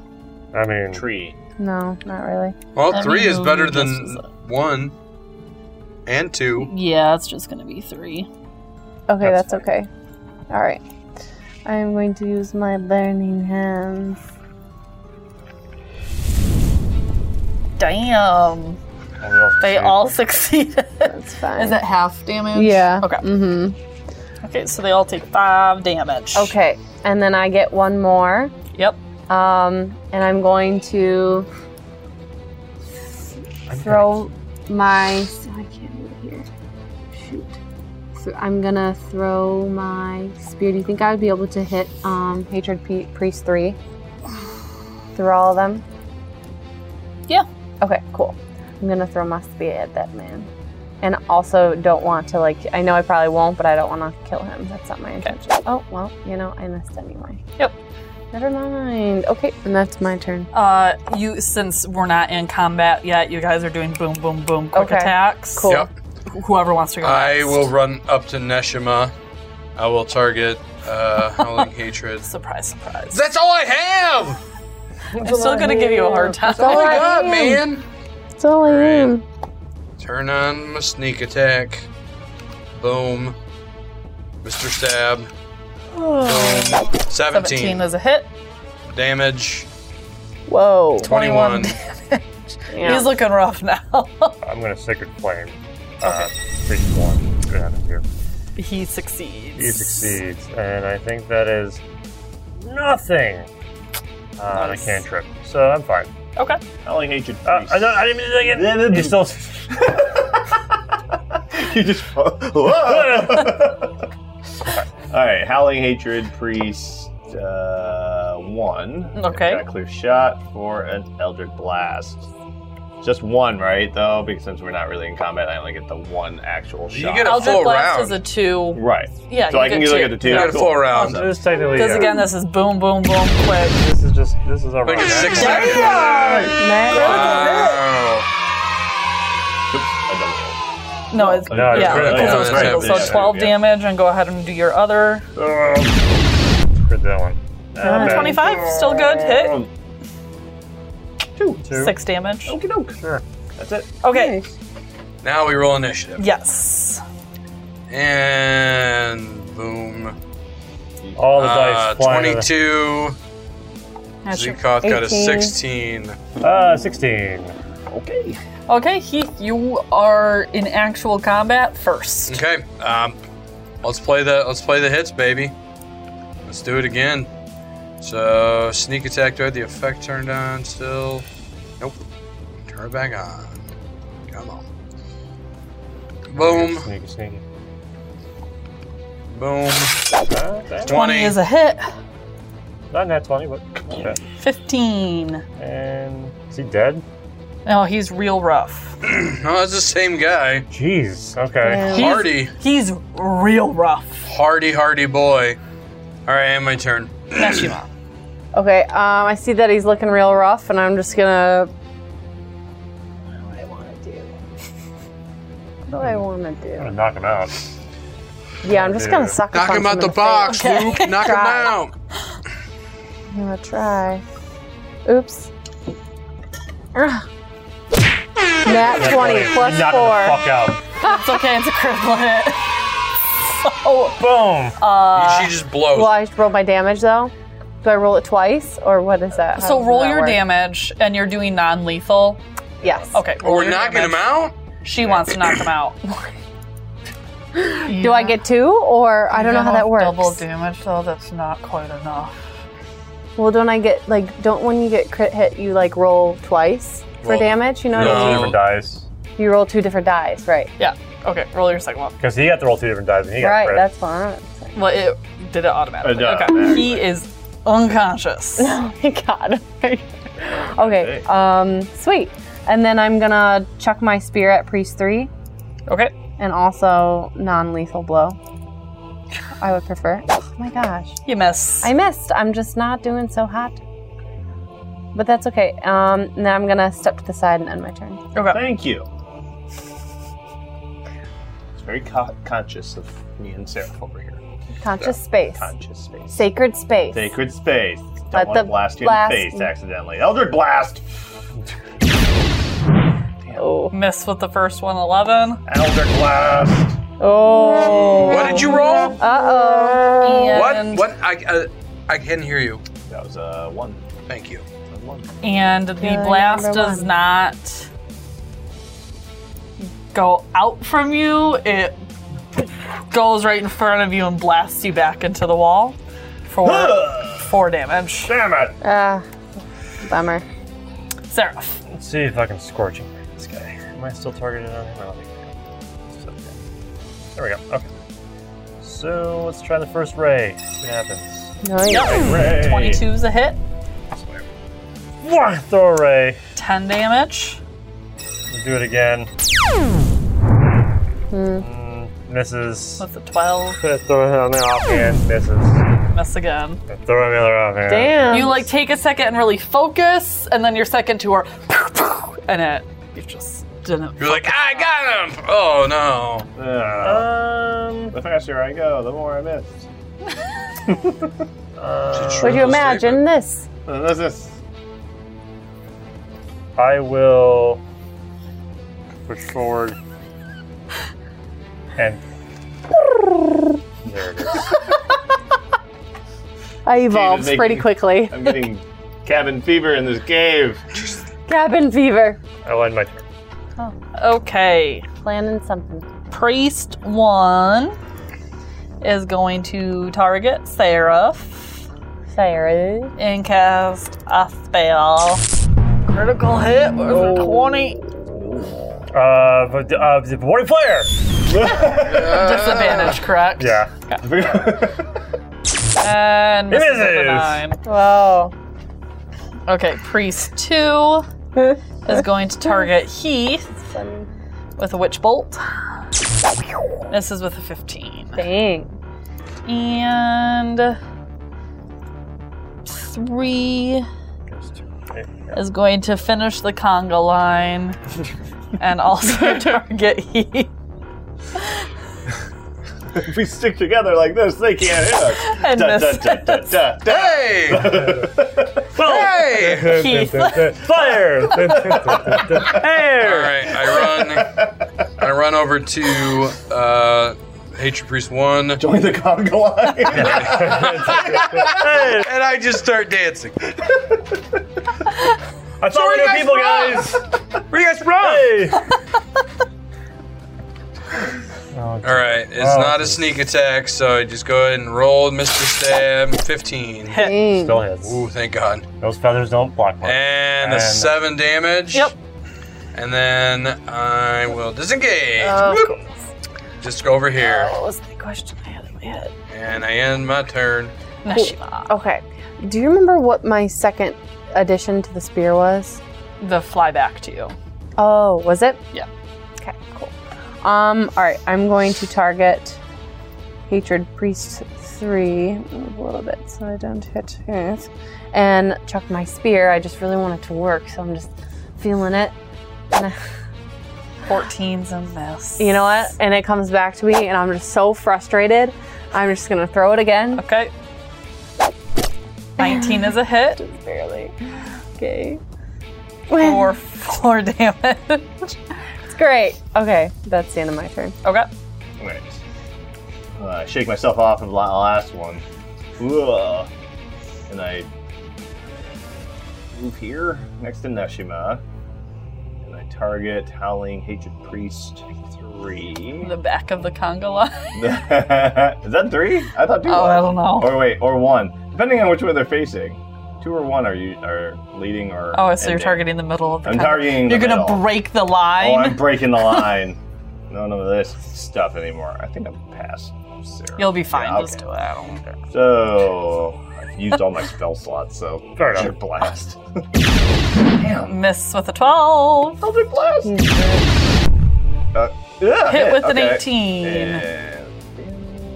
I mean, Tree. No, not really. Well, Let me three is know better who than guesses it. one and two. yeah, it's just gonna be three. Okay, That's that's, okay. All right. I am going to use my burning hands. Damn. nobody else They can all succeeded. That's fine. Is it half damage? Yeah. Okay. Mm-hmm. Okay, so they all take five damage. Okay, and then I get one more. Yep. Um, and I'm going to see. I'm throw my. oh, I can't do it here. Shoot. So I'm gonna throw my spear. Do you think I would be able to hit um, Hatred P- Priest three through all of them? Yeah. Okay. Cool. I'm gonna throw my spear at that man, and also don't want to like. I know I probably won't, but I don't want to kill him. That's not my intention. Oh well, you know I missed anyway. Yep. Never mind. Okay, and that's my turn. Uh, you since we're not in combat yet, you guys are doing boom, boom, boom, quick Okay. attacks. Cool. Yep. Wh- Whoever wants to go. I next. will run up to Neshima. I will target uh, Howling Hatred. Surprise, surprise. That's all I have! I'm still gonna give you a hard time. Oh my I god, am. man! That's all I Great. am. Turn on my sneak attack. Boom. Mr. Stab. Boom. 17, 17 is a hit. damage. Whoa. 21. Yeah. He's looking rough now. I'm gonna sacred flame. Uh, okay. one. Good out of here. he succeeds. He succeeds, and I think that is nothing uh, on a Nice. cantrip. So I'm fine. Okay. I only hate you. Uh, I, don't, I didn't mean to take it. You still. You just. Whoa! All right, Howling Hatred Priest uh, 1. Okay. Got a clear shot for an Eldritch Blast. Just one, right, though? Because since we're not really in combat, I only get the one actual You shot. get a Eldritch full Blast round. is a two. right. Yeah, So you I can get look two. at the two. You got a Cool. full round. This is technically. Because yeah. again, this is boom, boom, boom, quick. this is just. This is our. Like round. a six Yeah. second. Oops, I No, it's No, it's yeah, critical. because it was Yeah, critical. that's So right. twelve Yeah. damage, and go ahead and do your other Screw Oh, that one. Not bad. twenty-five. Still good hit. doubled. Two. Six damage. Okie doke. That's it. Okay. Now we roll initiative. Yes. And boom. All the Uh, dice flying. 22. Zekoth got a 18. 16. Uh, 16. Okay. Okay, Heath, you are in actual combat first. Okay. Um, let's play the let's play the hits, baby. Let's do it again. So sneak attack. Do I have the effect turned on still? Nope. Turn it back on. Come on. Boom. Sneaky, sneaky. Boom. Uh, that's Twenty Twenty. is a hit. not that 20, but. Okay. Fifteen. And. Is he dead? No, he's real rough. No, that's Oh, the same guy. Jeez. Okay. He's- Hardy, He's real rough. hardy, hardy boy. All right, and my turn. Neshima. Okay, um, I see that he's looking real rough, and I'm just gonna. What do I want to do? I'm What gonna knock him out. do I want to do? Yeah, I'm just gonna do? suck Knock him out the box, Luke. Knock him Try. out. I'm gonna try. Oops. Ugh. Nat 20 plus Knock him the 4. fuck out. It's okay. It's a critical hit. So, Boom. she just blows. Well, I should roll my damage though. Do I roll it twice, or what is that? How so does roll that your work? damage, and you're doing non-lethal. Yes. Okay. oh, roll we're your knocking damage. him out. She wants to knock him out. Do I get two, or I don't know how that works? Double damage, though. That's not quite enough. Well, don't I get like don't when you get crit hit, you like roll twice for Roll- damage? You know what No. I Two mean? different dice. You roll two different dice, right? Yeah. Okay. Roll your second one. Because he got to roll two different dice and he got right, crit. that's fine. Well, it did it automatically. It did okay. automatically. He is unconscious. Oh my god. okay, um, sweet. And then I'm gonna chuck my spear at priest three, okay. and also non-lethal blow. I would prefer. Oh my gosh, You miss. I missed. I'm just not doing so hot. But that's okay. Um, and then I'm gonna step to the side and end my turn. okay. Thank you. It's very co- conscious of me and Seraph over here. Conscious space. Conscious space. Sacred space. Sacred space. Don't Let want to the blast you blast- in the face accidentally. Eldritch blast. Miss with the first one, 11. Eldritch blast. Oh. What did you roll? Uh oh. What? And, What? I, uh, I can hear you. That was a one. Thank you. A one. and the Good, blast number does one. not go out from you. It goes right in front of you and blasts you back into the wall for four damage. Damn it! Ah. Bummer. Seraph. Let's see if I can scorching ray this guy. Am I still targeted on him? I don't think I am. It's okay. There we go. Okay. So let's try the first ray. See what happens. Nice. Ray. 22's a hit. Wah! Throw a ray. 10 damage. We'll do it again. Hmm. Mm, misses. That's a 12. Throw it on the offhand. Misses. Miss again. Throw another offhand. Damn. You like take a second and really focus, and then your second two are and it you just didn't. You're like, I got him. Oh no. Uh, Um. the faster I go, the more I miss. Would you imagine this? Uh, This is I will push forward and there it is. I evolved making- pretty quickly. I'm getting cabin fever in this cave. Cabin fever. I'll end my turn. Okay, Planning something. priest one is going to target Seraph Sorry. and cast a spell. Critical hit with a twenty Uh, but uh, the warning flare. disadvantage, correct? Yeah. and misses with a misses. nine. Wow. Okay, priest two is going to target Heath with a witch bolt. This is with a 15. Dang. And three is going to finish the conga line and also target Heath. If we stick together like this, they can't hit us. And Da, da, miss. da, da, da, da. Hey. hey. Keith. Fire! All Air! right. I run. I run over to uh, Hatred Priest one, and Join the Congo line. I just start dancing. I saw Sorry, new guys, people, we're guys. Where you guys from? Hey! Oh, All right. It's Wow. not a sneak attack, so I just go ahead and roll Mr. Stab 15. Dang. Still hits. Ooh, thank God. Those feathers don't block much. And a And- seven damage. Yep. And then I will disengage. Whoop. Just go over here. What was the question I had in my head? And I end my turn. Neshima. Okay. Do you remember what my second addition to the spear was? The fly back to you. Oh, was it? Yeah. Okay, cool. Um, all right, I'm going to target Hatred Priest 3 a little bit so I don't hit his. And chuck my spear. I just really want it to work, so I'm just feeling it. 14's a miss. You know what? And it comes back to me, and I'm just so frustrated. I'm just going to throw it again. Okay. 19 is a hit Just barely. Okay. for four damage. It's great. Okay, that's the end of my turn. Okay. Wait. Uh, shake myself off of the la- last one. Ugh. And I move here next to Neshima. And I target Howling Hatred Priest 3. The back of the conga line. Is that 3? I thought 2 Oh, was. I don't know. Or wait, or 1. Depending on which way they're facing. 2 or 1 are you are leading or Oh, so you're ending. targeting the middle of the I'm conga- targeting You're the gonna middle. break the Oh, I'm line. breaking the line. no, none of this stuff anymore. I think I'm past Sarah. You'll be fine. Yeah, Just okay. do it. I don't care. So I've used all my spell slots, so Fair enough. Eldritch blast. Miss with a 12. Eldritch blast. Uh, yeah, Hit with an okay. 18. And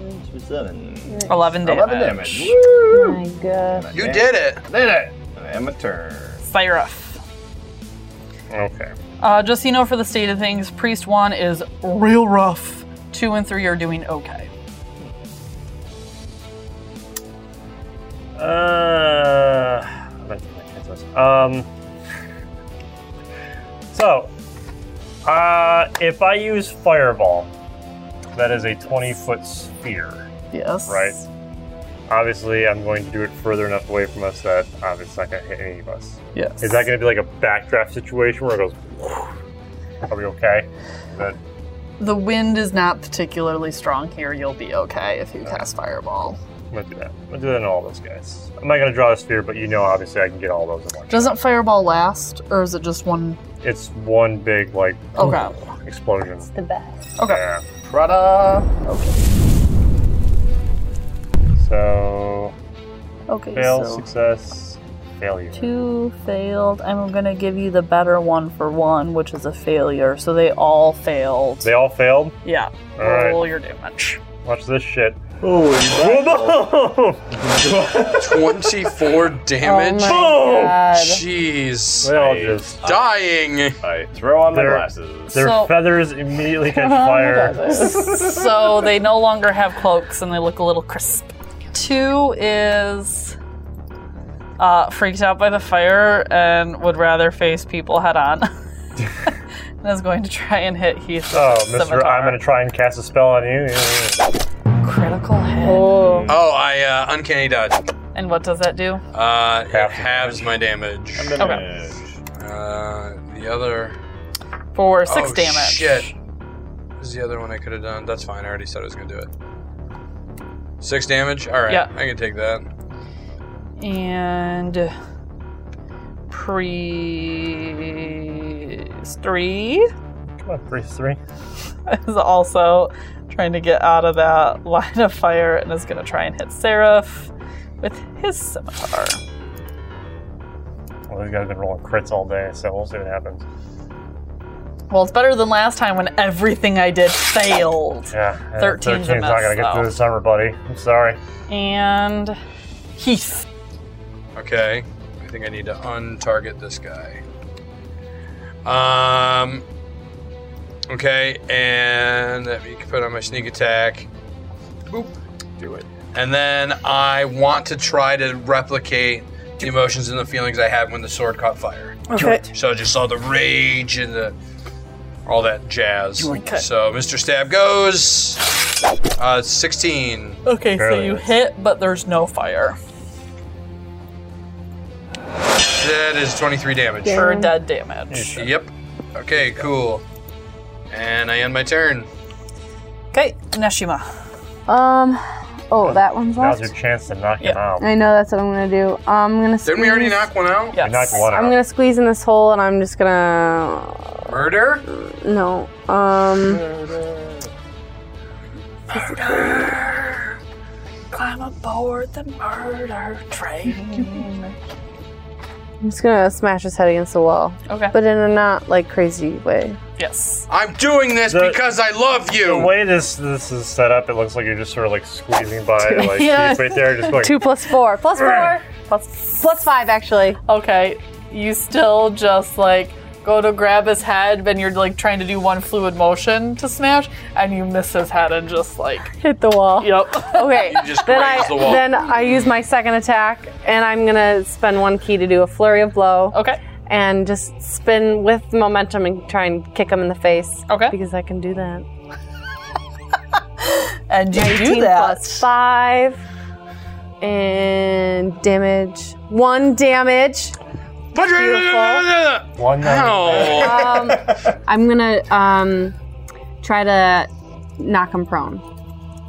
damage for seven. 11 damage. Eleven damage. Woo! My God. You did it. I did it. I am a turn. Seraph. Okay. Uh, just so you know, for the state of things, Priest 1 is real rough. 2 and 3 are doing okay. Uh, I'm not gonna catch this. Um, so, uh, if I use fireball, that is a 20 foot sphere. Yes. Right. Obviously, I'm going to do it further enough away from us that um, it's not going to hit any of us. Yes. Is that going to be like a backdraft situation where it goes? Are we okay? Is that- The wind is not particularly strong here. You'll be okay if you cast fireball. I'm gonna do that. I'm gonna do that on all those guys. I'm not gonna draw a sphere, but you know, obviously, I can get all those at once. Doesn't fireball last, or is it just one? It's one big like Okay. Uh, explosion. The best. Okay. Yeah. Prada. Okay. So Okay, fail, so success, failure. two failed. I'm gonna give you the better one for one, which is a failure. So they all failed. They all failed. Yeah. All right, Roll your damage. watch this shit. Holy Boom! 24 Oh damage. They Jeez. all just Dying. I throw on my They're- glasses. their So- feathers immediately catch fire. so they no longer have cloaks and they look a little crisp. Two is uh, freaked out by the fire and would rather face people head on. and is going to try and hit Heath. Oh, with Mister, I'm gonna try and cast a spell on you. Yeah. critical hit. Oh, I uh, uncanny dodge. And what does that do? Uh, it Half. halves my damage. Okay. Uh, the other. For six oh, damage. Shit. This is the other one I could have done. That's fine. I already said I was gonna do it. Six damage. All right. Yeah. I can take that. And pre three Come on, three, three. is also trying to get out of that line of fire and is going to try and hit Seraph with his scimitar. Well, these guys have been rolling crits all day, so we'll see what happens. Well, it's better than last time when everything I did failed. Yeah, yeah, 13's a not gonna mess, get through though. the summer, buddy. I'm sorry. And Heath. Okay. I think I need to untarget this guy. Um. Okay, and let me put on my sneak attack. Boop. Do it. And then I want to try to replicate the emotions and the feelings I had when the sword caught fire. Okay. So I just saw the rage and the all that jazz. Okay. So Mr. Stab goes. Uh, 16. Okay, so Barely you hits. hit, but there's no fire. That is 23 damage. For dead damage. Yep. Okay, cool. And I end my turn. Okay, Neshima. Um. Oh, that one's Now's left. your chance to knock him Yeah. out. I know that's what I'm gonna do. I'm gonna. Squeeze, Didn't we already knock one out? You knocked Yes. one out. I'm gonna squeeze in this hole, and I'm just gonna. Murder? No. Um. Climb aboard the murder train. I'm just gonna smash his head against the wall, okay. but in a not like crazy way. yes. I'm doing this The- because I love The you. way this this is set up, it looks like you're just sort of like squeezing by, like Yeah. teeth right there, just going. Two plus four. Plus four. Plus, Plus five, actually. okay, you still just like go to grab his head, and you're like trying to do one fluid motion to smash, and you miss his head and just like, Hit the wall. yep. Okay. just then graze I the wall. then I use my second attack, and I'm gonna spend one key to do a flurry of blow, Okay. and just spin with momentum and try and kick him in the face. Okay. Because I can do that. And you do 18 that. plus five, and damage one damage. Beautiful. One nine. Ow. Um, I'm gonna um try to knock him prone,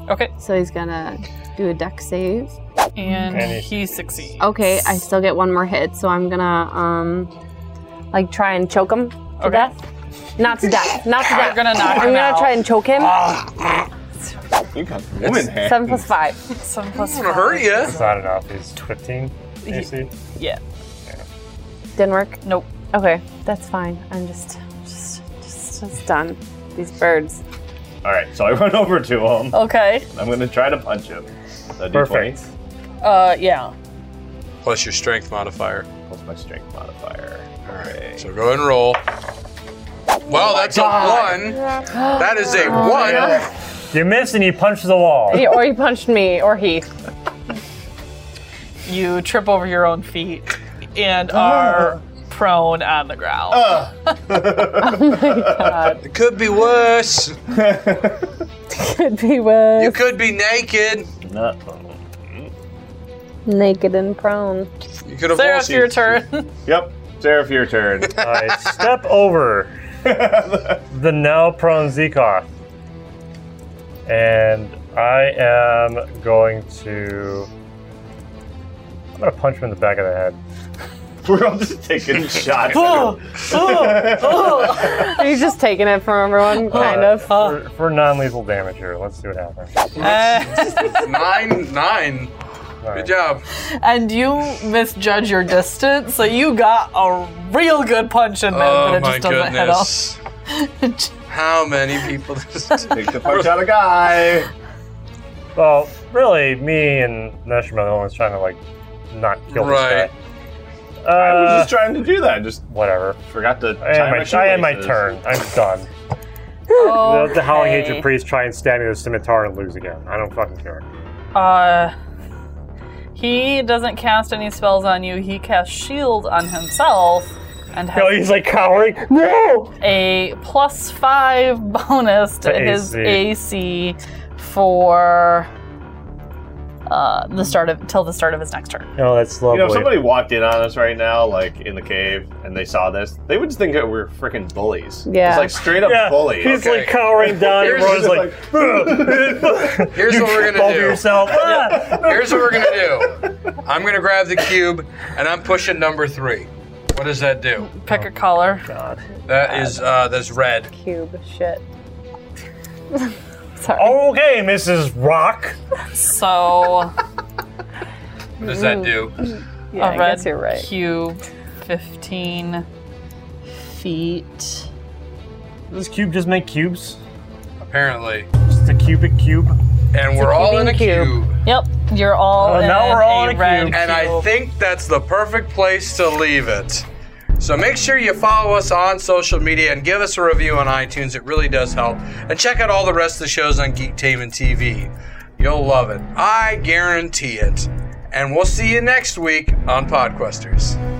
Okay. so he's gonna do a deck save. And Okay. he succeeds. Okay, I still get one more hit, so I'm gonna um like try and choke him to Okay. death. Not to death. Not to death. You're gonna knock I'm him gonna out. Ah. try and choke him. You got woman hand. Seven plus five. Seven plus I'm gonna hurt you. It's not enough. He's 15. AC. Didn't work. Nope. Okay, that's fine. I'm just, just, just, just done. These birds. All right, so I run over to him. Okay. I'm gonna try to punch him. A D20 Perfect. Uh, yeah. Plus your strength modifier. Plus my strength modifier. All right. So go ahead and roll. Oh Well, that's a one. That is a one. You missed and you punched the wall. Yeah, or he punched me, or he. You trip over your own feet and Ah. are prone on the ground. It could be worse. Could be with You could be naked. naked and prone. You could have Sarah, lost it's your turn. Yep. Seraph, your turn. I step over the now prone Zekoth. And I am going to. I'm going to punch him in the back of the head. We're all just taking shots. He's just taking it from everyone, kind Uh, of. For, for non lethal damage here. Let's see what happens. Nine, nine. Good job. and you misjudge your distance, so you got a real good punch in there, Oh but it my just doesn't head off. goodness. How many people? does- Take the punch out of guy. Well, really, me and Neshima are the ones trying to, like, not kill Right. this guy. I was Uh, just trying to do that. Just whatever. forgot to. I tie had my, I had my shoelaces. turn. I'm done. Let the Howling Hatred Priest try and stab me with a scimitar and lose again. I don't fucking care. Uh, he doesn't cast any spells on you. He casts shield on himself and No, has he's like cowering. No! a plus five bonus to, To his AC. AC for uh, the start of till the start of his next turn. No, that's You lovely. know, if somebody walked in on us right now, like in the cave, and they saw this, they would just think that we're freaking bullies. Yeah. It's like straight up yeah, bully. he's Okay. like cowering down. Here's- Everyone's just like, Here's you what we're trip gonna do. over yourself. Ah! Here's what we're gonna do. I'm gonna grab the cube and I'm pushing number three. What does that do? Pick Oh, a color. God. That is uh, that's red. Cube shit. Okay, Mrs. Rock. So What does that do? Yeah, a red cube, fifteen feet. Does this cube just make cubes? Apparently, Just a cubic cube? and we're all in a cube. cube. Yep, you're all Oh, in now we're all a in a red cube. And I think that's the perfect place to leave it. So make sure you follow us on social media and give us a review on iTunes. It really does help. And check out all the rest of the shows on Geektainment TV. You'll love it. I guarantee it. And we'll see you next week on Podquesters.